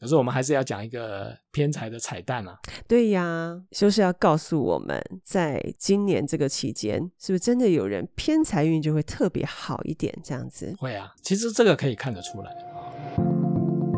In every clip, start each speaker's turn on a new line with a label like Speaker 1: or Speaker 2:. Speaker 1: 可是我们还是要讲一个偏财的彩蛋啊！
Speaker 2: 对呀，就是要告诉我们，在今年这个期间，是不是真的有人偏财运就会特别好一点？这样子，
Speaker 1: 会啊，其实这个可以看得出来啊。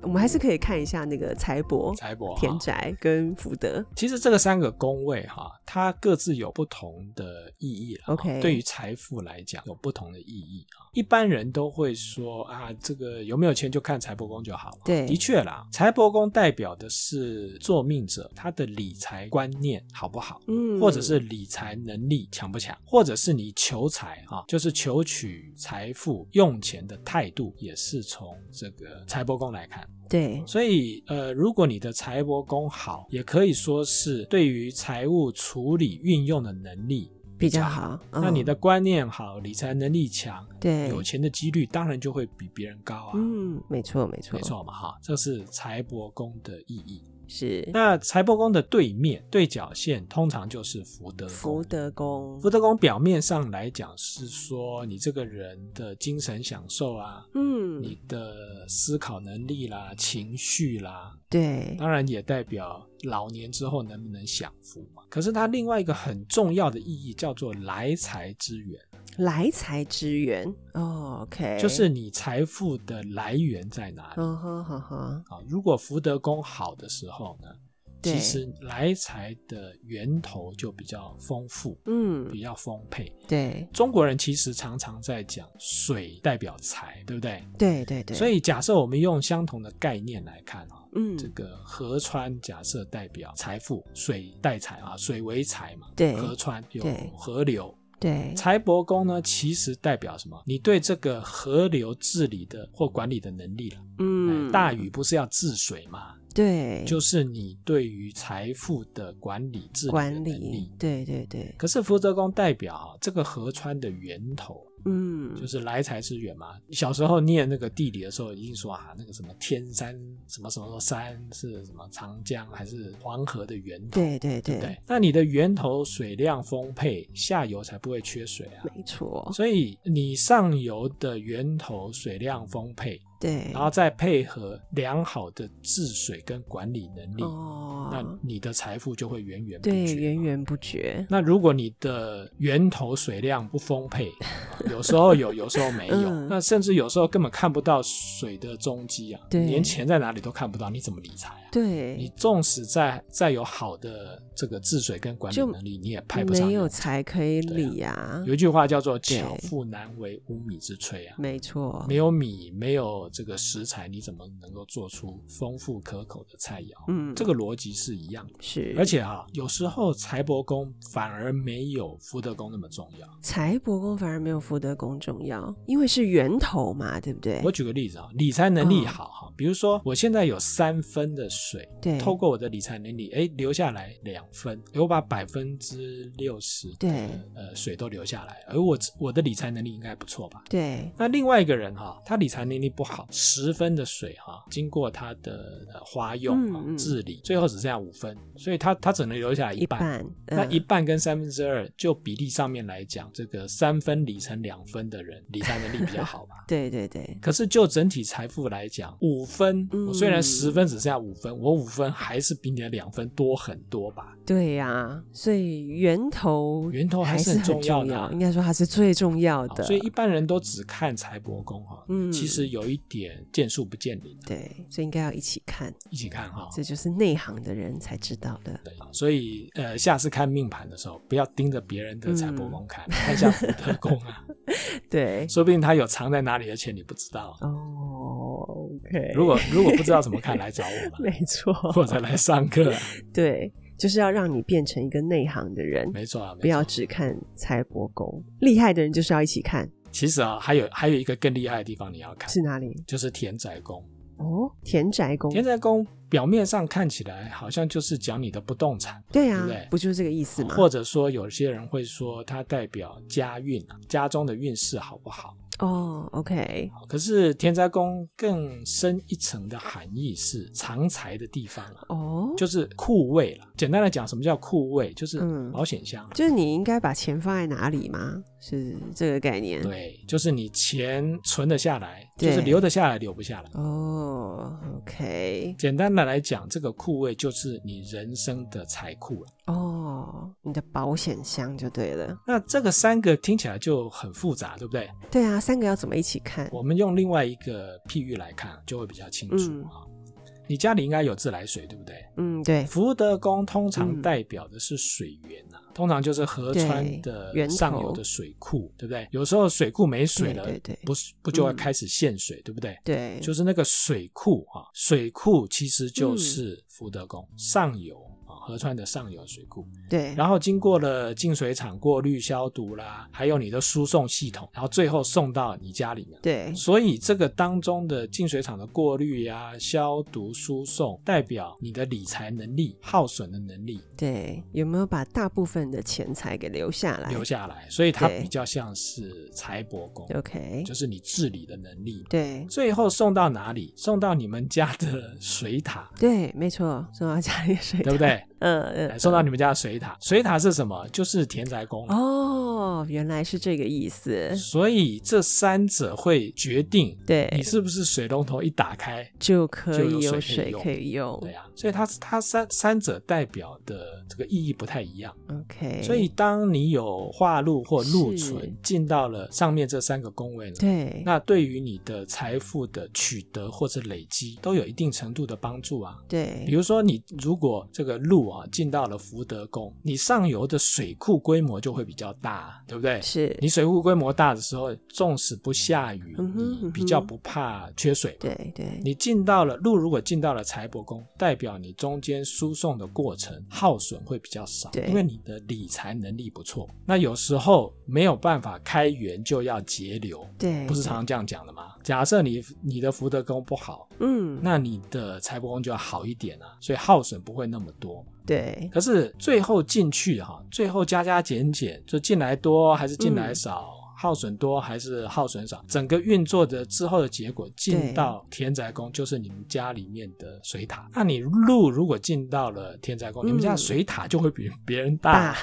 Speaker 2: 我们还是可以看一下那个财帛、
Speaker 1: 财帛啊
Speaker 2: 田宅跟福德。
Speaker 1: 其实这个三个宫位哈、它各自有不同的意义啦
Speaker 2: OK
Speaker 1: 对于财富来讲有不同的意义啊。一般人都会说啊，这个有没有钱就看财帛宫就好了。
Speaker 2: 对
Speaker 1: 的确啦，财帛宫代表的是做命者他的理财观念好不好。
Speaker 2: 嗯
Speaker 1: 或者是理财能力强不强，或者是你求财啊，就是求取财富用钱的态度，也是从这个财帛宫来看。
Speaker 2: 对，
Speaker 1: 所以，呃，如果你的财帛宫好，也可以说是对于财务处理运用的能力。
Speaker 2: 比较好。
Speaker 1: 那
Speaker 2: 嗯
Speaker 1: 你的观念好，理财能力强，
Speaker 2: 对
Speaker 1: 有钱的几率当然就会比别人高啊。
Speaker 2: 嗯，没错，没错，
Speaker 1: 没错嘛，哈，这是财帛宫的意义。
Speaker 2: 是
Speaker 1: 那财帛宫的对面对角线通常就是福德宫。
Speaker 2: 福德宫
Speaker 1: 福。德宫表面上来讲是说你这个人的精神享受啊，
Speaker 2: 嗯，
Speaker 1: 你的思考能力啦、情绪啦，
Speaker 2: 对，
Speaker 1: 当然也代表老年之后能不能享福嘛。可是它另外一个很重要的意义叫做来财之源，
Speaker 2: 来财之源。哦，OK，
Speaker 1: 就是，你财富的来源在哪里
Speaker 2: 嗯哼哼哼，
Speaker 1: 啊？如果福德宫好的时候呢，
Speaker 2: 对
Speaker 1: 其实来财的源头就比较丰富，
Speaker 2: 嗯，
Speaker 1: 比较丰沛。
Speaker 2: 对，
Speaker 1: 中国人其实常常在讲水代表财，对不对？
Speaker 2: 对对对，
Speaker 1: 所
Speaker 2: 以，
Speaker 1: 以假设我们用相同的概念来看啊，
Speaker 2: 嗯，
Speaker 1: 这个河川假设代表财富，水带财啊，水为财嘛，
Speaker 2: 对
Speaker 1: 河川有
Speaker 2: 对
Speaker 1: 河流。
Speaker 2: 对，
Speaker 1: 财帛宫呢，其实代表什么？你对这个河流治理的或管理的能力了。
Speaker 2: 嗯，
Speaker 1: 哎大禹不是要治水嘛？
Speaker 2: 对，
Speaker 1: 就是你对于财富的管理治理的
Speaker 2: 管
Speaker 1: 能
Speaker 2: 理
Speaker 1: 力，。
Speaker 2: 对对对，
Speaker 1: 可是福德宫代表啊，这个河川的源头，
Speaker 2: 嗯，
Speaker 1: 就是来财之源嘛。小时候念那个地理的时候，一定说啊，那个什么天山什么什么山是什么长江还是黄河的源头，
Speaker 2: 对对
Speaker 1: 对不对？那你的源头水量丰沛，下游才不会缺水啊。
Speaker 2: 没错，
Speaker 1: 所以你上游的源头水量丰沛，
Speaker 2: 对，
Speaker 1: 然后再配合良好的治水跟管理能力，那
Speaker 2: 哦，
Speaker 1: 你的财富就会源源不
Speaker 2: 对，
Speaker 1: 绝。
Speaker 2: 源源不绝，
Speaker 1: 那如果你的源头水量不丰沛，有时候有，有时候没有，
Speaker 2: 嗯
Speaker 1: 那甚至有时候根本看不到水的踪迹啊，
Speaker 2: 对
Speaker 1: 连钱在哪里都看不到，你怎么理财啊？你
Speaker 2: 对，
Speaker 1: 纵使再再有好的这个治水跟管理
Speaker 2: 就
Speaker 1: 能力，你也派不上
Speaker 2: 没有
Speaker 1: 用。
Speaker 2: 才可以
Speaker 1: 对啊
Speaker 2: 理呀，
Speaker 1: 有一句话叫做“
Speaker 2: 对
Speaker 1: 巧妇难为无米之炊”啊，
Speaker 2: 没错，
Speaker 1: 没有米，没有这个食材，你怎么能够做出丰富可口的菜肴？
Speaker 2: 嗯
Speaker 1: 这个逻辑是一样的。
Speaker 2: 是，
Speaker 1: 而且啊，有时候财帛宫反而没有福德宫那么重要。
Speaker 2: 财帛宫反而没有福德宫重要，因为是源头嘛，对不对
Speaker 1: 我？举个例子啊，理财能力
Speaker 2: 嗯
Speaker 1: 好哈，比如说我现在有三分的水，
Speaker 2: 对，
Speaker 1: 透过我的理财能力，哎，留下来两分，诶我把百分之六十的
Speaker 2: 对
Speaker 1: 呃水都留下来，而我我的理财能力应该不错吧？
Speaker 2: 对，
Speaker 1: 那另外一个人哈、他理财能力不好，十分的水哈、经过他的呃花用、啊
Speaker 2: 嗯嗯
Speaker 1: 治理，最后只剩下五分，所以他他只能留下来一
Speaker 2: 一
Speaker 1: 半。
Speaker 2: 半，
Speaker 1: 那
Speaker 2: 嗯
Speaker 1: 一半跟三分之二，就比例上面来讲，这个三分理成两分的人，理财能力比较好吧？
Speaker 2: 对对对，
Speaker 1: 可是就整体财富来讲，五分，
Speaker 2: 嗯
Speaker 1: 我虽然十分只剩下五分，我五分还是比你的两分多很多吧？
Speaker 2: 对呀、所以源头
Speaker 1: 源头还
Speaker 2: 还
Speaker 1: 是
Speaker 2: 是
Speaker 1: 很重要
Speaker 2: 要
Speaker 1: 的啊
Speaker 2: 应该说它是最重要
Speaker 1: 好
Speaker 2: 的。
Speaker 1: 啊所以一般人都只看财帛宫哈，
Speaker 2: 嗯
Speaker 1: 其实有一点见树不见林，
Speaker 2: 对，所以应该要一起看，
Speaker 1: 一起看哈。
Speaker 2: 这就是内行的人才知道 的。
Speaker 1: 对啊所以呃，下次看命盘的时候，不要盯着别人的财帛宫 看，看一下福德宫啊，
Speaker 2: 对，
Speaker 1: 说不定他有藏在哪里的钱你不知道啊。
Speaker 2: 哦，OK，
Speaker 1: 如果如果不知道怎么看，来找我吧，
Speaker 2: 没错，
Speaker 1: 或者来上课啊。
Speaker 2: 对，就是要让你变成一个内行的人，
Speaker 1: 没错啊，没
Speaker 2: 不要
Speaker 1: 错。
Speaker 2: 只看财帛宫，厉害的人就是要一起看，
Speaker 1: 其实啊，还有还有一个更厉害的地方你要看，
Speaker 2: 是哪里？
Speaker 1: 就是田宅宫。
Speaker 2: 哦，田宅宫
Speaker 1: 田宅宫表面上看起来好像就是讲你的不动产，
Speaker 2: 对
Speaker 1: 对
Speaker 2: 啊
Speaker 1: 不对，
Speaker 2: 不就是这个意思吗？
Speaker 1: 或者说有些人会说它代表家运啊，家中的运势好不好？
Speaker 2: 哦，OK，
Speaker 1: 可是田宅宫更深一层的含义是藏财的地方啊，
Speaker 2: 哦，
Speaker 1: 就是库位了。简单的讲，什么叫库位？就是
Speaker 2: 嗯
Speaker 1: 保险箱啊。
Speaker 2: 就是你应该把钱放在哪里吗？是这个概念。
Speaker 1: 对，就是你钱存得下来，
Speaker 2: 对
Speaker 1: 就是留得下来，留不下来。
Speaker 2: 哦，OK，
Speaker 1: 简单的来讲，这个库位就是你人生的财库了。
Speaker 2: 哦，你的保险箱就对了。
Speaker 1: 那这个三个听起来就很复杂，对不对？
Speaker 2: 对啊，三个要怎么一起看？
Speaker 1: 我们用另外一个譬喻来看，就会比较清楚
Speaker 2: 嗯
Speaker 1: 啊。你家里应该有自来水，对不对？
Speaker 2: 嗯，对，
Speaker 1: 福德宫通常
Speaker 2: 嗯
Speaker 1: 代表的是水源啊，通常就是河川
Speaker 2: 对
Speaker 1: 的
Speaker 2: 源头
Speaker 1: 上游的水库，对不对？有时候水库没水了，
Speaker 2: 对对对
Speaker 1: 不是不就会
Speaker 2: 嗯
Speaker 1: 开始限水，对不对？
Speaker 2: 对，
Speaker 1: 就是那个水库啊，水库其实
Speaker 2: 嗯
Speaker 1: 就是福德宫、上游啊，河川的上游水库。
Speaker 2: 对，
Speaker 1: 然后经过了净水厂过滤消毒啦，还有你的输送系统，然后最后送到你家里面。
Speaker 2: 对，
Speaker 1: 所以这个当中的净水厂的过滤呀、消毒、输送，代表你的理财能力、耗损的能力
Speaker 2: 对，有没有把大部分的钱财给留下来
Speaker 1: 留下来，所以它
Speaker 2: 对
Speaker 1: 比较像是财帛宫，
Speaker 2: ？OK，
Speaker 1: 就是你治理的能力。
Speaker 2: 对
Speaker 1: 最后送到哪里？送到你们家的水 塔，
Speaker 2: 对，没错，送到家里的水
Speaker 1: 对不
Speaker 2: 塔？
Speaker 1: 对？
Speaker 2: 嗯
Speaker 1: 哎
Speaker 2: 嗯，
Speaker 1: 送到你们家的水塔，水塔是什么？就是田宅宫了。
Speaker 2: 哦，原来是这个意思。
Speaker 1: 所以这三者会决定
Speaker 2: 对，
Speaker 1: 你是不是水龙头一打开。
Speaker 2: 就可
Speaker 1: 就有
Speaker 2: 以有
Speaker 1: 水
Speaker 2: 水
Speaker 1: 可以
Speaker 2: 可以用。
Speaker 1: 对啊，所以它它三三者代表的这个意义不太一样。
Speaker 2: OK，
Speaker 1: 所以当你有化禄或禄
Speaker 2: 是
Speaker 1: 存进到了上面这三个宫位呢，
Speaker 2: 对，
Speaker 1: 那对于你的财富的取得或者累积都有一定程度的帮助啊。比
Speaker 2: 对，
Speaker 1: 如说，你如果这个路啊进到了福德宫，你上游的水库规模就会比较大，对不对？
Speaker 2: 是，
Speaker 1: 你水库规模大的时候，纵使不下雨，
Speaker 2: 嗯哼
Speaker 1: 你
Speaker 2: 嗯
Speaker 1: 比较
Speaker 2: 哼
Speaker 1: 不怕缺水嘛。
Speaker 2: 对对，
Speaker 1: 你进到了路，如果进到了财帛宫，代表你中间输送的过程耗损会比较少，
Speaker 2: 对
Speaker 1: 因为你的理财能力不错。那有时候没有办法开源，就要节流，
Speaker 2: 对，
Speaker 1: 不是常常这样讲的吗？假设你你的福德宫不好，
Speaker 2: 嗯，
Speaker 1: 那你的财帛宫就要好一点啊，所以耗损不会那么多。
Speaker 2: 对，
Speaker 1: 可是最后进去哈、最后加加减减，就进来多还是进
Speaker 2: 嗯
Speaker 1: 来少，耗损多还是耗损少，整个运作的之后的结果，进
Speaker 2: 对
Speaker 1: 到田宅宫就是你们家里面的水塔。那你路如果进到了田宅宫，
Speaker 2: 嗯
Speaker 1: 你们家的水塔就会比别人
Speaker 2: 大
Speaker 1: 大，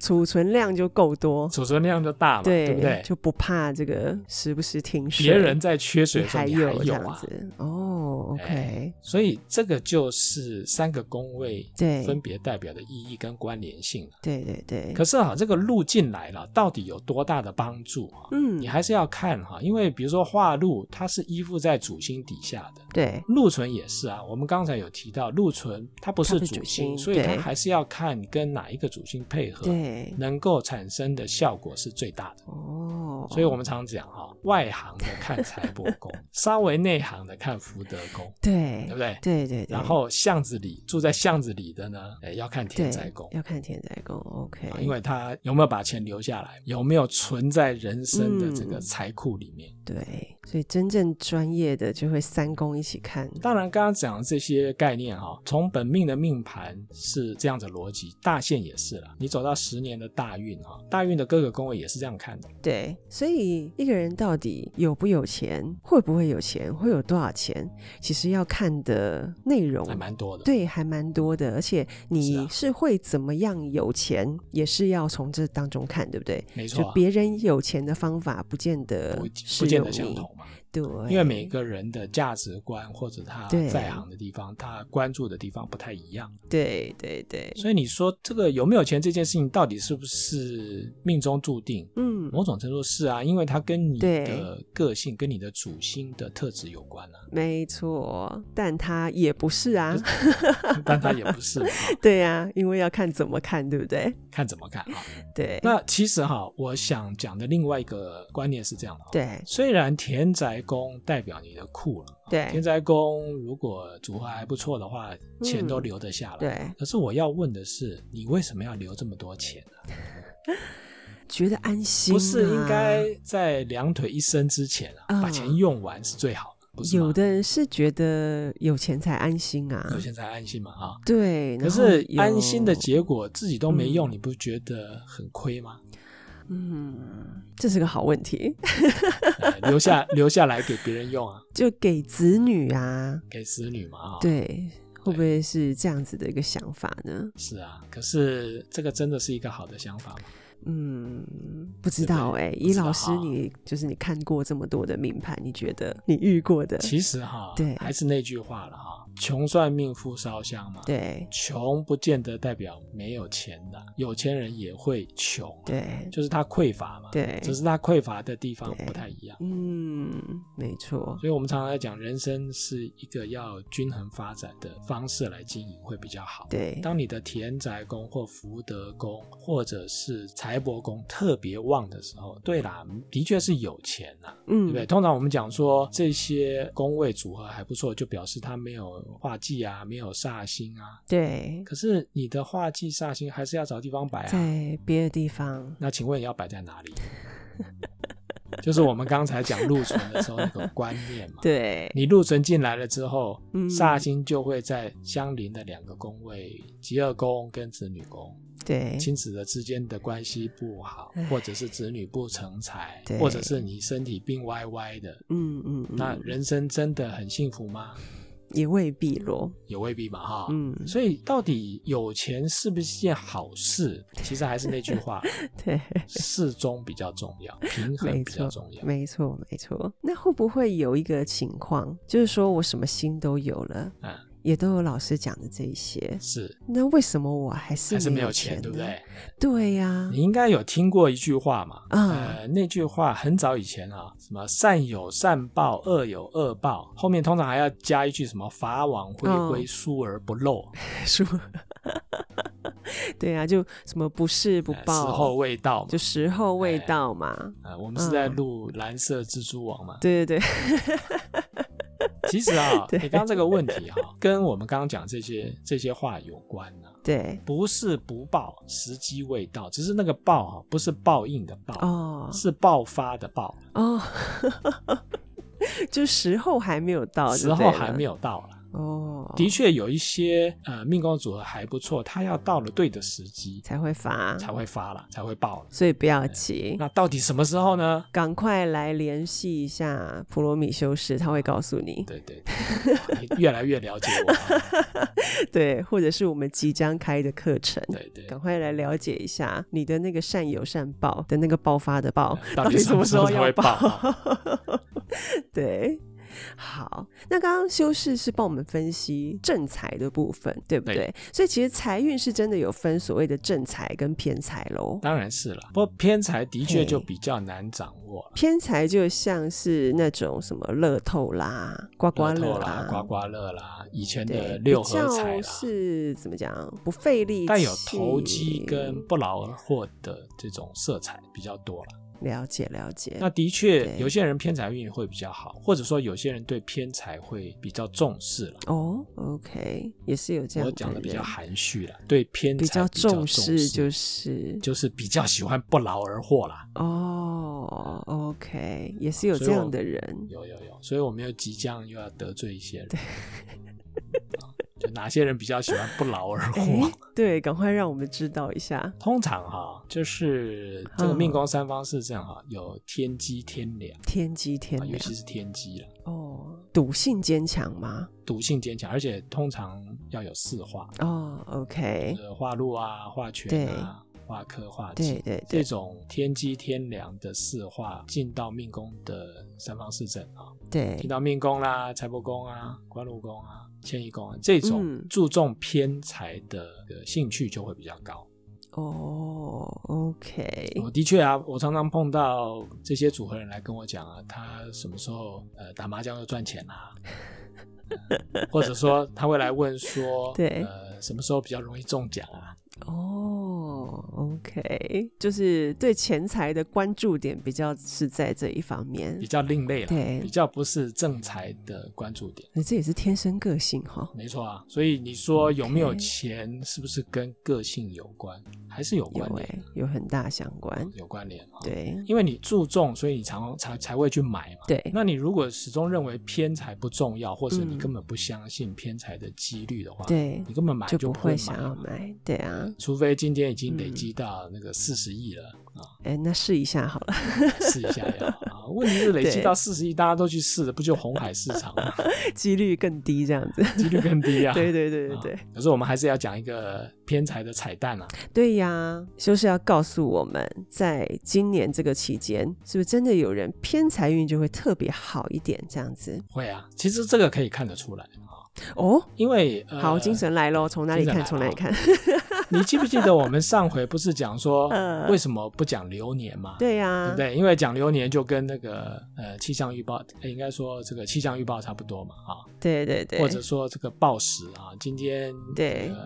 Speaker 2: 储存量就够多，
Speaker 1: 储存量就大嘛，对不对？
Speaker 2: 就不怕这个时不时停水，
Speaker 1: 别人在缺水
Speaker 2: 你
Speaker 1: 的时候，
Speaker 2: 还
Speaker 1: 你还
Speaker 2: 有
Speaker 1: 有
Speaker 2: 这样
Speaker 1: 啊。
Speaker 2: 子。哦
Speaker 1: 哎
Speaker 2: ，OK，
Speaker 1: 所以这个就是三个宫位
Speaker 2: 对
Speaker 1: 分别代表的意义跟关联性了。
Speaker 2: 对对对，
Speaker 1: 可是啊，这个路进来了，到底有多大的帮助啊？
Speaker 2: 嗯
Speaker 1: 你，还是要看哈，因为比如说化禄，它是依附在主星底下的，
Speaker 2: 对
Speaker 1: 禄存也是啊。我们刚才有提到禄存，它不是
Speaker 2: 它不是
Speaker 1: 主
Speaker 2: 主
Speaker 1: 星，
Speaker 2: 星
Speaker 1: 所以它
Speaker 2: 对
Speaker 1: 还是要看跟哪一个主星配合，
Speaker 2: 对，
Speaker 1: 能够产生的效果是最大的。
Speaker 2: 哦，
Speaker 1: 所以我们常讲哈，外行的看财帛 宫，稍微内行的看福德宫，
Speaker 2: 对
Speaker 1: 对不对？
Speaker 2: 对对对，
Speaker 1: 然后巷子里住在巷子里的呢，哎，要看田
Speaker 2: 对
Speaker 1: 宅宫。
Speaker 2: 要看田宅宫，OK，
Speaker 1: 啊因为他有没有把钱留下来，有没有存在人生的这
Speaker 2: 嗯
Speaker 1: 个财库里面。
Speaker 2: 对，所以真正专业的就会三宫一起看，
Speaker 1: 当然，刚刚讲的这些概念哈、从本命的命盘是这样子的逻辑，大限也是了。你走到十年的大运哈、大运的各个宫位也是这样看的。
Speaker 2: 对，所以一个人到底有不有钱，会不会有钱，会有多少钱，其实要看的内容
Speaker 1: 还蛮多的。
Speaker 2: 对还蛮多的，而且
Speaker 1: 是啊
Speaker 2: 你是会怎么样有钱，也是要从这当中看，对不对？
Speaker 1: 没错
Speaker 2: 就
Speaker 1: 啊，
Speaker 2: 别人有钱的方法，不见得
Speaker 1: 不
Speaker 2: 适
Speaker 1: 不见得
Speaker 2: 用
Speaker 1: 相
Speaker 2: 你
Speaker 1: 同嘛，
Speaker 2: 对，
Speaker 1: 因为每个人的价值观或者他
Speaker 2: 对
Speaker 1: 在行的地方，他关注的地方不太一样。
Speaker 2: 对对对，
Speaker 1: 所以你说这个有没有钱这件事情，到底是不是命中注定？
Speaker 2: 嗯，
Speaker 1: 某种程度是啊，因为它跟你
Speaker 2: 对
Speaker 1: 的个性、跟你的主心的特质有关啊，
Speaker 2: 没错，但他也不是啊，
Speaker 1: 但它也不是嘛，啊
Speaker 2: 对啊，因为要看怎么看，对不对？
Speaker 1: 看怎么看啊。
Speaker 2: 对，
Speaker 1: 那其实哈、我想讲的另外一个观念是这样的、啊，
Speaker 2: 对
Speaker 1: 虽然田宅宫代表你的库了、啊，田
Speaker 2: 对
Speaker 1: 宅宫如果组合还不错的话，钱都
Speaker 2: 嗯
Speaker 1: 留得下来。
Speaker 2: 对，
Speaker 1: 可是我要问的是，你为什么要留这么多钱啊呢、
Speaker 2: 觉得安心、啊，
Speaker 1: 不是应该在两腿一伸之前啊，把
Speaker 2: 嗯
Speaker 1: 钱用完是最好的。不是吗
Speaker 2: 有的人是觉得有钱才安心啊
Speaker 1: 有，钱才安心嘛啊。
Speaker 2: 对，
Speaker 1: 可
Speaker 2: 然后
Speaker 1: 是
Speaker 2: 有
Speaker 1: 安心的结果自己都没用，
Speaker 2: 嗯
Speaker 1: 你不觉得很亏吗？
Speaker 2: 嗯，这是个好问题，
Speaker 1: 哎留下 留下来给别人用啊，
Speaker 2: 就给子女啊，
Speaker 1: 给子女嘛啊。，
Speaker 2: 对，会不会是这样子的一个想法呢？
Speaker 1: 是啊。可是这个真的是一个好的想法吗？
Speaker 2: 嗯，不知道哎、
Speaker 1: 对不
Speaker 2: 以
Speaker 1: 知道
Speaker 2: 老师
Speaker 1: 啊
Speaker 2: 你就是你看过这么多的名牌，你觉得你遇过的，
Speaker 1: 其实哈，
Speaker 2: 对
Speaker 1: 还是那句话了哈，穷算命，富烧香嘛。
Speaker 2: 对
Speaker 1: 穷不见得代表没有钱的，有钱人也会穷啊，
Speaker 2: 对
Speaker 1: 就是他匮乏嘛，
Speaker 2: 对，
Speaker 1: 只是他匮乏的地方
Speaker 2: 对
Speaker 1: 不太一样。
Speaker 2: 嗯，没错，
Speaker 1: 所以我们常常在讲，人生是一个要均衡发展的方式来经营会比较好。
Speaker 2: 对
Speaker 1: 当你的田宅宫或福德宫或者是财帛宫特别旺的时候，对啦，的确是有钱啊呐、对
Speaker 2: 嗯
Speaker 1: 不对？通常我们讲说这些宫位组合还不错，就表示它没有化忌啊，没有煞星啊。
Speaker 2: 对，
Speaker 1: 可是你的化忌煞星还是要找地方摆啊。
Speaker 2: 在别的地方，
Speaker 1: 那请问你要摆在哪里？ 就是我们刚才讲禄存的时候那个观念嘛。
Speaker 2: 对，
Speaker 1: 你禄存进来了之后，
Speaker 2: 嗯
Speaker 1: 煞星就会在相邻的两个宫位，吉二宫跟子女宫，
Speaker 2: 对，
Speaker 1: 亲子的之间的关系不好
Speaker 2: 唉，
Speaker 1: 或者是子女不成才
Speaker 2: 对，
Speaker 1: 或者是你身体病歪歪的，
Speaker 2: 嗯嗯，嗯
Speaker 1: 那人生真的很幸福吗？
Speaker 2: 也未必咯，
Speaker 1: 也未必嘛，哈。
Speaker 2: 嗯，
Speaker 1: 所以，到底有钱是不是件好事？其实还是那句话，
Speaker 2: 对。
Speaker 1: 适中比较重要，平
Speaker 2: 没
Speaker 1: 衡比较
Speaker 2: 错
Speaker 1: 重要。
Speaker 2: 没错，没错。那会不会有一个情况，就是说我什么心都有了，
Speaker 1: 嗯
Speaker 2: 也都有老师讲的这一些，
Speaker 1: 是
Speaker 2: 那为什么我还嗯是
Speaker 1: 还是没有
Speaker 2: 钱
Speaker 1: 钱，
Speaker 2: 呢？
Speaker 1: 对不对？
Speaker 2: 对呀、
Speaker 1: 你应该有听过一句话嘛？
Speaker 2: 嗯
Speaker 1: 呃，那句话很早以前啊，什么善有善报，恶有恶报，后面通常还要加一句什么法网恢恢，
Speaker 2: 嗯
Speaker 1: 疏而不漏，
Speaker 2: 说， 对呀、啊就什么不是不
Speaker 1: 呃
Speaker 2: 报，
Speaker 1: 时候未到嘛
Speaker 2: 就。嗯时候未
Speaker 1: 哎
Speaker 2: 到嘛。
Speaker 1: 呃，我们是在录蓝色蜘蛛网嘛？
Speaker 2: 对对对，
Speaker 1: 其实啊
Speaker 2: ，对
Speaker 1: 你刚刚这个问题哈、跟我们刚刚讲这些这些话有关啊，
Speaker 2: 对
Speaker 1: 不是不报，时机未到，只是那个报哈、不是报应的报，
Speaker 2: 哦
Speaker 1: 是爆发的爆，
Speaker 2: 哦， 就时候还没有到，
Speaker 1: 时候还没
Speaker 2: 有
Speaker 1: 有到啦。
Speaker 2: 哦，
Speaker 1: 的确有一些呃命宫组合还不错，它要到了对的时机
Speaker 2: 才会发，
Speaker 1: 才嗯会发了，才会爆了。
Speaker 2: 所以不要急。
Speaker 1: 那到底什么时候呢？
Speaker 2: 赶快来联系一下普罗米修士，他会告诉你。
Speaker 1: 对对对，哇你越来越了解我啊。
Speaker 2: 对，或者是我们即将开的课程，
Speaker 1: 对 对，
Speaker 2: 赶快来了解一下你的那个善有善报的那个爆发 的爆，
Speaker 1: 到
Speaker 2: 底
Speaker 1: 底
Speaker 2: 什么时候
Speaker 1: 才会
Speaker 2: 要
Speaker 1: 爆啊？
Speaker 2: 对。好，那刚刚修士是帮我们分析正财的部分，对不对？
Speaker 1: 对
Speaker 2: 所以其实财运是真的有分所谓的正财跟偏财喽。
Speaker 1: 当然是了，不过偏财的确就
Speaker 2: 嘿
Speaker 1: 比较难掌握了。
Speaker 2: 偏财就像是那种什么乐透啦、刮刮
Speaker 1: 乐
Speaker 2: 乐
Speaker 1: 透啦、刮刮乐啦，以前
Speaker 2: 对，
Speaker 1: 的
Speaker 2: 比
Speaker 1: 六合彩
Speaker 2: 较
Speaker 1: 啦，
Speaker 2: 是怎么讲？不费力气，
Speaker 1: 带有投机跟不劳而获的这种色彩比较多了。
Speaker 2: 了解了解。
Speaker 1: 那的
Speaker 2: 对
Speaker 1: 确，有些人偏财运会比较好，或者说有些人对偏财会比较重视了。
Speaker 2: 哦，OK，也是有这样
Speaker 1: 我
Speaker 2: 人
Speaker 1: 讲的比较含蓄了，对偏财
Speaker 2: 比较
Speaker 1: 重
Speaker 2: 重视，就是是
Speaker 1: 就是比较喜欢不劳而获啦。
Speaker 2: 哦，OK，也是有
Speaker 1: 所
Speaker 2: 这
Speaker 1: 以
Speaker 2: 样
Speaker 1: 我
Speaker 2: 的人。
Speaker 1: 有有有，所以我们又即将又要得罪一些 人。啊就哪些人比较喜欢不劳而获
Speaker 2: 哎？，对，赶快让我们知道一下。
Speaker 1: 通常哈、就是这个
Speaker 2: 嗯
Speaker 1: 命宫三方四正哈、有天机天良、
Speaker 2: 天机嗯天
Speaker 1: 啊，尤
Speaker 2: 良
Speaker 1: 其是天机了，
Speaker 2: 哦，赌性坚强吗？
Speaker 1: 毒性坚强，而且通常要有四化，
Speaker 2: 哦
Speaker 1: 就
Speaker 2: ，OK，
Speaker 1: 是化禄啊、化权啊、化科、化
Speaker 2: 对
Speaker 1: 忌。
Speaker 2: 对
Speaker 1: 这
Speaker 2: 对，
Speaker 1: 种天机天良的四化进到命宫的三方四正啊，进
Speaker 2: 对
Speaker 1: 到命宫啦、财帛宫啊、官禄宫啊、迁移宫啊，这种
Speaker 2: 嗯
Speaker 1: 注重偏财的呃兴趣就会比较高。
Speaker 2: 哦，OK，
Speaker 1: 我的确啊，我常常碰到这些组合人来跟我讲啊，他什么时候呃打麻将又赚钱啦、呃或者说他会来问说，
Speaker 2: 对
Speaker 1: 呃，什么时候比较容易中奖啊？
Speaker 2: 哦，OK，就是对钱财的关注点比较是在这一方面
Speaker 1: 比。较另类了，
Speaker 2: 嗯对
Speaker 1: 比，较不是正财的关注点。
Speaker 2: 那这也是天生个性哈，
Speaker 1: 没错啊，所以你说有没有
Speaker 2: OK
Speaker 1: 钱，是不是跟个性有关？还是有
Speaker 2: 有
Speaker 1: 关
Speaker 2: 哎、
Speaker 1: 联？
Speaker 2: 有很大相关。
Speaker 1: 有关联啊。
Speaker 2: 对
Speaker 1: 因为你注重，所以你常才才会去买嘛。
Speaker 2: 对，
Speaker 1: 那你如果始终认为偏财不重要，或是你
Speaker 2: 嗯
Speaker 1: 根本不相信偏财的几率的话，
Speaker 2: 对
Speaker 1: 你根本买
Speaker 2: 就
Speaker 1: 就
Speaker 2: 不
Speaker 1: 不会
Speaker 2: 会
Speaker 1: 买
Speaker 2: 想要嗯
Speaker 1: 嘛
Speaker 2: 买。对啊，
Speaker 1: 除非今天已经累积到那个四十亿了啊，
Speaker 2: 哎、那试一下好了，
Speaker 1: 试一下也 好啊。问题是累积
Speaker 2: 对
Speaker 1: 到四十亿，大家都去试了，不就红海市场 吗？
Speaker 2: 几率更低这样子。
Speaker 1: 几率更低啊。
Speaker 2: 对对对对
Speaker 1: 啊
Speaker 2: 对。
Speaker 1: 可是我们还是要讲一个偏财的彩蛋啊，
Speaker 2: 对呀，就是要告诉我们，在今年这个期间，是不是真的有人偏财运就会特别好一点？这样子
Speaker 1: 会啊。其实这个可以看得出来啊，
Speaker 2: 哦，
Speaker 1: 因为、呃、
Speaker 2: 好，精神来喽，从哪里看？
Speaker 1: 精
Speaker 2: 从
Speaker 1: 神来
Speaker 2: 哪
Speaker 1: 了
Speaker 2: 里看？
Speaker 1: 你记不记得我们上回不是讲说
Speaker 2: 呃
Speaker 1: 为什么不讲流年嘛？
Speaker 2: 对呀、
Speaker 1: 对不对？因为讲流年就跟那个呃气象预报，呃应该说这个气象预报差不多嘛啊，
Speaker 2: 对对对，
Speaker 1: 或者说这个报时啊，今天
Speaker 2: 对
Speaker 1: 呃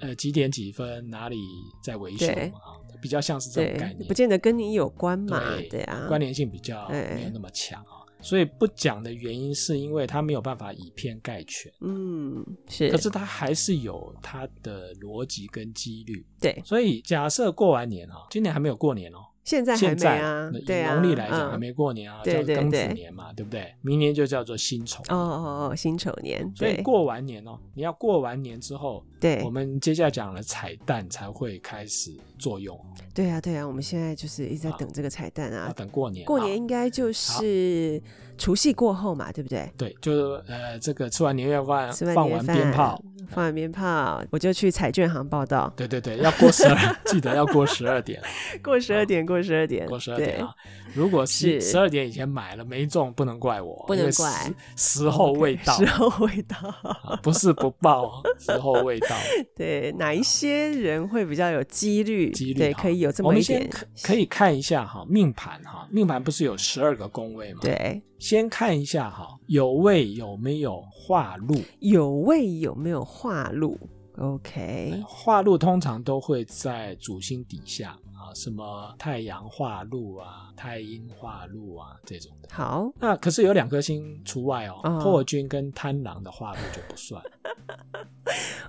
Speaker 1: 呃呃几点几分哪里在维修
Speaker 2: 对
Speaker 1: 嘛啊，比较像是这种概
Speaker 2: 对，
Speaker 1: 念
Speaker 2: 不，见得跟你有关嘛，
Speaker 1: 对
Speaker 2: 对啊，
Speaker 1: 关联性比较
Speaker 2: 对
Speaker 1: 没有那么强啊。所以不讲的原因是因为它没有办法以偏概全，
Speaker 2: 嗯，是
Speaker 1: 可，是它还是有它的逻辑跟几率。
Speaker 2: 对，
Speaker 1: 所以假设过完年啊，今年还没有过年哦，
Speaker 2: 现在还
Speaker 1: 现
Speaker 2: 没
Speaker 1: 在
Speaker 2: 啊
Speaker 1: 那，
Speaker 2: 对
Speaker 1: 以
Speaker 2: 啊，
Speaker 1: 农历来讲
Speaker 2: 嗯
Speaker 1: 还没过年啊，
Speaker 2: 对
Speaker 1: 叫
Speaker 2: 对
Speaker 1: 庚子
Speaker 2: 对
Speaker 1: 年嘛，对不对？明年就叫做辛丑。
Speaker 2: 哦哦哦，辛丑年，
Speaker 1: 所以
Speaker 2: 对
Speaker 1: 过完年哦，你要过完年之后，
Speaker 2: 对
Speaker 1: 我，们接下来讲的彩蛋才会开始作用。
Speaker 2: 对啊对啊，我们现在就是一直在
Speaker 1: 啊
Speaker 2: 等这个彩蛋
Speaker 1: 啊，
Speaker 2: 啊，
Speaker 1: 等过年，
Speaker 2: 过年
Speaker 1: 啊
Speaker 2: 应该就是除夕过后嘛，对不对？
Speaker 1: 对，就是呃，这个吃完年夜饭，
Speaker 2: 吃完
Speaker 1: 放
Speaker 2: 年
Speaker 1: 完
Speaker 2: 夜饭
Speaker 1: 鞭炮，
Speaker 2: 放完鞭炮，我就去彩券行报道，
Speaker 1: 对对对，要过十二， 记得要过十二点，
Speaker 2: 过十二点，过十二点，
Speaker 1: 过十二
Speaker 2: 对
Speaker 1: 点啊！如果是
Speaker 2: 是
Speaker 1: 十二点以前买了没中，不能怪我，
Speaker 2: 不能
Speaker 1: 因为时
Speaker 2: 怪哦
Speaker 1: 时候未到
Speaker 2: 时，候未到。
Speaker 1: 啊不是不报，时候未 到。
Speaker 2: 对，哪一些人会比较有几率？
Speaker 1: 几率
Speaker 2: 对，
Speaker 1: 哈
Speaker 2: 可以有这
Speaker 1: 我
Speaker 2: 么
Speaker 1: 们
Speaker 2: 一
Speaker 1: 先
Speaker 2: 点。
Speaker 1: 可可以看一下哈命盘哈，命盘不是有十二个宫位吗？，
Speaker 2: 对，
Speaker 1: 先看一下哈有位有没有化禄，
Speaker 2: 有位有没有化禄？OK，
Speaker 1: 化禄通常都会在主星底下啊，什么太阳化禄啊、太阴化禄啊这种的。
Speaker 2: 好，
Speaker 1: 那可是有两颗星除外哦，
Speaker 2: 哦
Speaker 1: 破军跟贪狼的化禄就不算。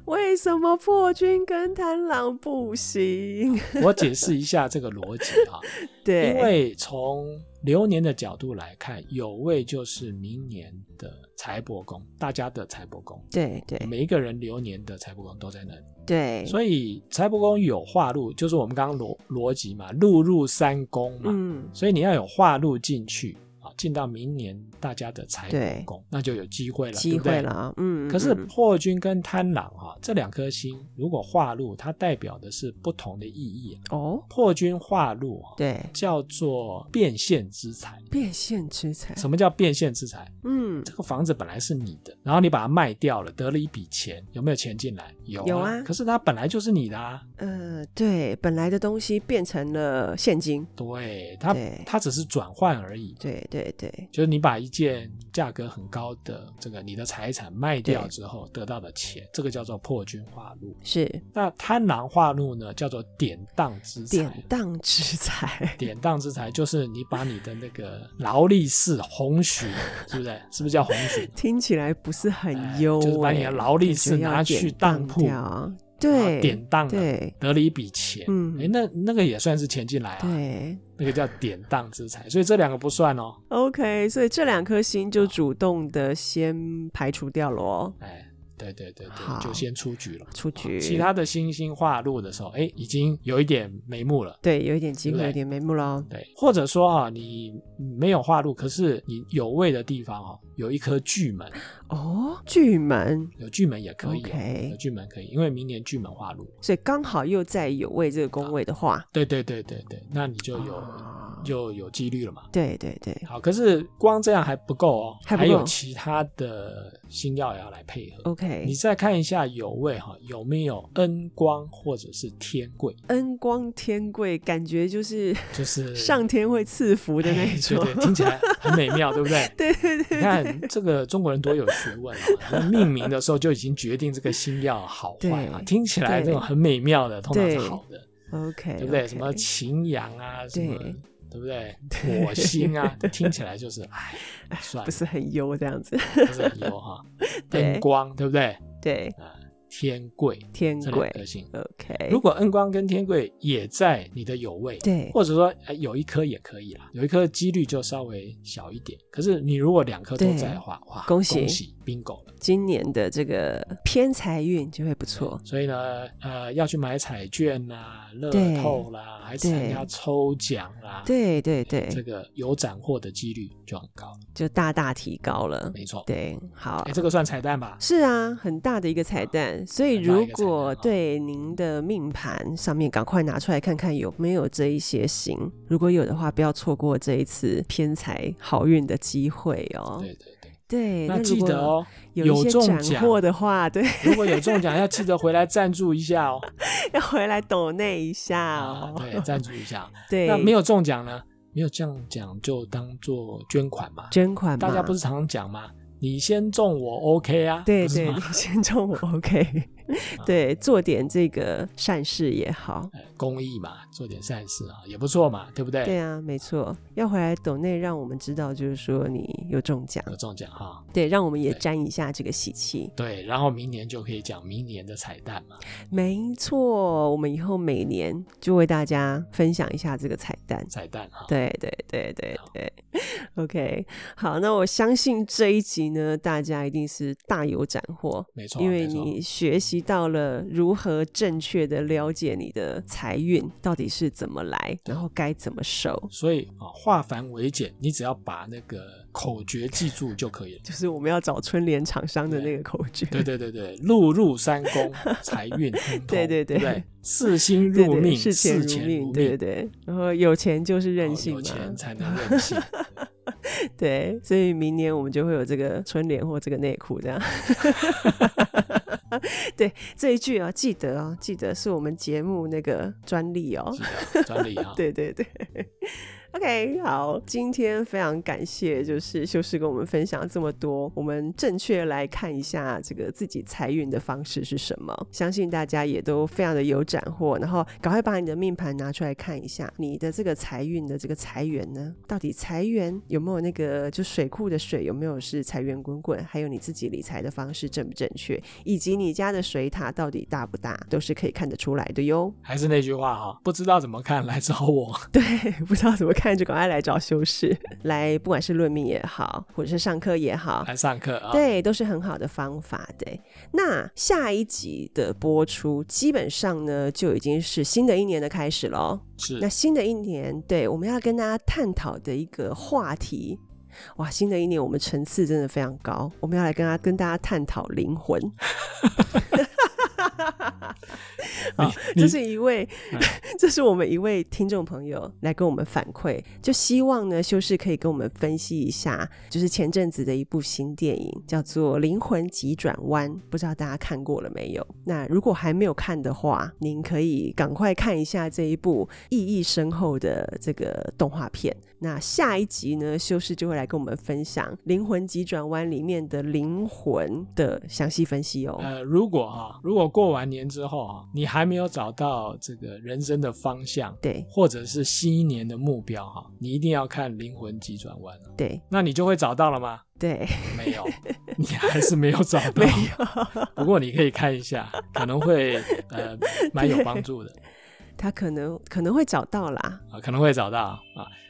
Speaker 2: 为什么破军跟贪狼不行？
Speaker 1: 我解释一下这个逻辑啊，
Speaker 2: 对，
Speaker 1: 因为从流年的角度来看，有位就是明年的财帛宫，大家的财帛宫，
Speaker 2: 对对
Speaker 1: 每一个人流年的财帛宫都在那里，
Speaker 2: 对，
Speaker 1: 所以财帛宫有化禄，就是我们刚刚逻逻辑嘛，禄入三宫嘛，
Speaker 2: 嗯，
Speaker 1: 所以你要有化禄进去啊，进到明年大家的财帛宫，那就有机会了，
Speaker 2: 机
Speaker 1: 对
Speaker 2: 会
Speaker 1: 不
Speaker 2: 了
Speaker 1: 对？
Speaker 2: 啊，嗯，
Speaker 1: 可是
Speaker 2: 嗯
Speaker 1: 破军跟贪狼啊，这两颗星如果化禄，它代表的是不同的意义啊、
Speaker 2: 哦，
Speaker 1: 破军化禄啊，
Speaker 2: 对，
Speaker 1: 叫做变现之财。
Speaker 2: 变现之财，
Speaker 1: 什么叫变现之财？
Speaker 2: 嗯，
Speaker 1: 这个房子本来是你的，然后你把它卖掉了，得了一笔钱，有没有钱进来？有啊。
Speaker 2: 有啊
Speaker 1: 可是它本来就是你的啊。
Speaker 2: 呃，对，本来的东西变成了现金，
Speaker 1: 对，它
Speaker 2: 对
Speaker 1: 它只是转换而已。
Speaker 2: 对对对
Speaker 1: 就是你把一件价格很高的这个你的财产卖掉
Speaker 2: 对
Speaker 1: 之后得到的钱，这个叫做破军化禄。
Speaker 2: 是
Speaker 1: 那贪狼化禄呢，叫做典当之财。
Speaker 2: 典当之财，
Speaker 1: 典当之财就是你把你的那个劳力士红巡，是不是？是不是叫红巡？
Speaker 2: 听起来不是很
Speaker 1: 哎
Speaker 2: 优、欸
Speaker 1: 就是把你的劳力
Speaker 2: 感
Speaker 1: 士
Speaker 2: 觉
Speaker 1: 拿
Speaker 2: 要
Speaker 1: 去
Speaker 2: 典
Speaker 1: 当
Speaker 2: 当
Speaker 1: 铺
Speaker 2: 掉啊，
Speaker 1: 然后
Speaker 2: 对，
Speaker 1: 典当了，
Speaker 2: 对
Speaker 1: 得了一笔钱，
Speaker 2: 嗯
Speaker 1: 哎，那那个也算是钱进来啊，
Speaker 2: 对
Speaker 1: 那个叫典当之财，所以这两个不算哦，
Speaker 2: ，OK，所以这两颗星就主动的先排除掉了哦，
Speaker 1: 哎，对对对对，
Speaker 2: 好
Speaker 1: 就先出局了。
Speaker 2: 出局，
Speaker 1: 其他的星星化入的时候，哎，已经有一点眉目了。
Speaker 2: 对有一点机
Speaker 1: 对不
Speaker 2: 会，
Speaker 1: 对
Speaker 2: 有点眉目喽，
Speaker 1: 对，或者说啊，你没有化入，可是你有位的地方哦，有一颗巨门，
Speaker 2: 哦，巨门，
Speaker 1: 有巨门也嗯可以、哦
Speaker 2: OK
Speaker 1: 有巨门可以，因为明年巨门化入。
Speaker 2: 所以刚好又在有位这个宫位的话，
Speaker 1: 对对对对对，那你就有、
Speaker 2: 啊
Speaker 1: 就有几率了嘛。
Speaker 2: 对对对，
Speaker 1: 好，可是光这样还不够哦，
Speaker 2: 还不够
Speaker 1: 有其他的星耀也要来配合。
Speaker 2: OK，
Speaker 1: 你再看一下有位哈、有没有恩光或者是天贵，
Speaker 2: 恩光天贵，感觉就是
Speaker 1: 就是
Speaker 2: 上天会赐福的那
Speaker 1: 哎
Speaker 2: 种。
Speaker 1: 对对，听起来很美 妙，对不对？
Speaker 2: 对对对
Speaker 1: 你看这个中国人多有学问啊！ 那命名的时候就已经决定这个星耀好坏啊，
Speaker 2: 对
Speaker 1: 听起来这种很美妙的，通常是好的。
Speaker 2: OK，
Speaker 1: 对不对
Speaker 2: OK
Speaker 1: 什么擎羊啊，什么
Speaker 2: 对
Speaker 1: 对不对？火星 啊，听起来就是哎，算了，
Speaker 2: 不是很优这样子？
Speaker 1: 不是很优哈。
Speaker 2: 对
Speaker 1: 恩光对不对？
Speaker 2: 对，
Speaker 1: 天贵
Speaker 2: 天
Speaker 1: 这两
Speaker 2: 贵
Speaker 1: 颗星，
Speaker 2: ，OK，
Speaker 1: 如果恩光跟天贵也在你的有位，
Speaker 2: 对
Speaker 1: 或者说、呃、有一颗也可以啦，有一颗几率就稍微小一点。可是你如果两颗都在的话，哇，
Speaker 2: 恭喜
Speaker 1: 恭喜 bingo 了。
Speaker 2: 今年的这个偏财运就会不错。
Speaker 1: 所以呢，呃，要去买彩券啦、乐
Speaker 2: 对
Speaker 1: 透啦，还
Speaker 2: 对
Speaker 1: 参加抽奖啦，
Speaker 2: 对对对，
Speaker 1: 这个有斩获的几率就很高了。
Speaker 2: 就大大提高了。
Speaker 1: 没错，
Speaker 2: 对，好
Speaker 1: 哎，，这个算彩蛋吧？
Speaker 2: 是啊，很大的一个彩蛋。所以如
Speaker 1: 很大一
Speaker 2: 果
Speaker 1: 个彩哦蛋哦
Speaker 2: 对您的命盘上面赶快拿出来看看有没有这一些星，如果有的话，不要错过这一次偏财好运的机会哦。
Speaker 1: 对对对。
Speaker 2: 对，
Speaker 1: 那
Speaker 2: 如
Speaker 1: 记
Speaker 2: 果
Speaker 1: 得哦，
Speaker 2: 有一些
Speaker 1: 有中
Speaker 2: 斩
Speaker 1: 奖
Speaker 2: 获的话，对，
Speaker 1: 如果有中奖，要记得回来赞助一下哦。
Speaker 2: 要回来抖内一下
Speaker 1: 啊
Speaker 2: 哦。，
Speaker 1: 对，赞助一下。
Speaker 2: 对，
Speaker 1: 那没有中奖呢？没有中奖就当做捐款嘛。
Speaker 2: 捐款嘛，
Speaker 1: 大家不是常常讲吗？你先中我 OK 啊，
Speaker 2: 对
Speaker 1: 不是
Speaker 2: 对，
Speaker 1: 吗
Speaker 2: 你先中我 OK，对，做点这个善事也好。
Speaker 1: 哎公益嘛，做点善事啊，也不错嘛，对不对？
Speaker 2: 对啊，没错，要回来抖内，让我们知道，就是说你有中奖，
Speaker 1: 有中奖哈、
Speaker 2: 对，让我们也
Speaker 1: 对
Speaker 2: 沾一下这个喜气。
Speaker 1: 对，然后明年就可以讲明年的彩蛋嘛。
Speaker 2: 没错，我们以后每年就为大家分享一下这个彩蛋。
Speaker 1: 彩蛋哈、
Speaker 2: 对对对对对，OK，好，那我相信这一集呢，大家一定是大有斩获，
Speaker 1: 没错
Speaker 2: 因为
Speaker 1: 没错
Speaker 2: 你学习到了如何正确的了解你的财运到底是怎么来，然后该怎么收。。
Speaker 1: 所以啊，化繁为简，你只要把那个口诀记住就可以了
Speaker 2: 就是我们要找春联厂商的那个口诀，
Speaker 1: 对对对对，路入山宫，财运亨通。
Speaker 2: 对对
Speaker 1: 对
Speaker 2: 对
Speaker 1: 不对，四星
Speaker 2: 对
Speaker 1: 入
Speaker 2: 对，
Speaker 1: 命，
Speaker 2: 视钱
Speaker 1: 四
Speaker 2: 如
Speaker 1: 钱哦
Speaker 2: 命，对对对。然后有钱就是任性
Speaker 1: 有
Speaker 2: 嘛，
Speaker 1: 钱才能任 性。
Speaker 2: 对，所以明年我们就会有这个春联或这个内裤这样。 对这一句啊，记得哦，记得是我们节目那个专利哦。
Speaker 1: 记得专利哈。
Speaker 2: 对对对。OK，好，今天非常感谢，就是修饰跟我们分享这么多，我们正确来看一下这个自己财运的方式是什么，相信大家也都非常的有斩获，然后赶快把你的命盘拿出来看一下，你的这个财运的这个财源呢，到底财源有没有那个就水库的水有没有是财源滚滚，还有你自己理财的方式正不正确，以及你家的水塔到底大不大，都是可以看得出来的哟。
Speaker 1: 还是那句话哈，不知道怎么看来找我。
Speaker 2: 不知道怎么看，就赶快来找修饰， 来不管是论命也好，或者是上课也好，
Speaker 1: 来上课啊。
Speaker 2: 对，都是很好的方法。对，那下一集的播出，基本上呢就已经是新的一年的开始喽。
Speaker 1: 是
Speaker 2: 那新的一年，对，我们要跟大家探讨的一个话题。哇，新的一年我们层次真的非常高，我们要来跟大家跟大家探讨灵魂。好，
Speaker 1: 你
Speaker 2: 这是一位
Speaker 1: 哎，
Speaker 2: 这是我们一位听众朋友来跟我们反馈，就希望呢，修士可以跟我们分析一下，就是前阵子的一部新电影叫做《灵魂急转弯》，不知道大家看过了没有？那如果还没有看的话，您可以赶快看一下这一部意义深厚的这个动画片。那下一集呢，修士就会来跟我们分享《灵魂急转弯》里面的灵魂的详细分析哦。
Speaker 1: 呃，如果哈、如果过完年之后啊，你还没有找到这个人生的方向，
Speaker 2: 对
Speaker 1: 或者是新一年的目标哈、你一定要看《灵魂急转弯》啊
Speaker 2: 对
Speaker 1: 那你就会找到了吗？
Speaker 2: 对，
Speaker 1: 没有， 你还是没有找到
Speaker 2: 没。有。
Speaker 1: 不过你可以看一下，可能会 呃蛮有帮助的
Speaker 2: 他可能可能会找到啦，
Speaker 1: 啊，可能会找到啊。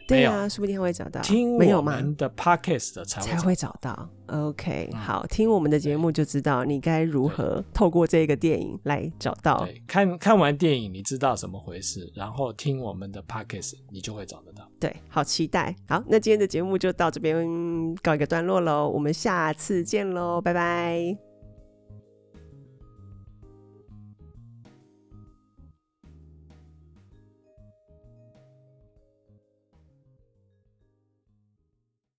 Speaker 2: 对
Speaker 1: 没
Speaker 2: 啊，说不定他会找到，
Speaker 1: 听
Speaker 2: 没有
Speaker 1: 我
Speaker 2: 吗？
Speaker 1: 们的 podcast 的才会
Speaker 2: 才
Speaker 1: 找
Speaker 2: 会找到。OK，、
Speaker 1: 嗯
Speaker 2: 好，听我们的节目就知道你该如何透过这个电影来找到。
Speaker 1: 对，看看完电影，你知道怎么回事，然后听我们的 podcast，你就会找得到。
Speaker 2: 对，好期待。好，那今天的节目就到这边告一个段落喽，我们下次见喽，拜拜。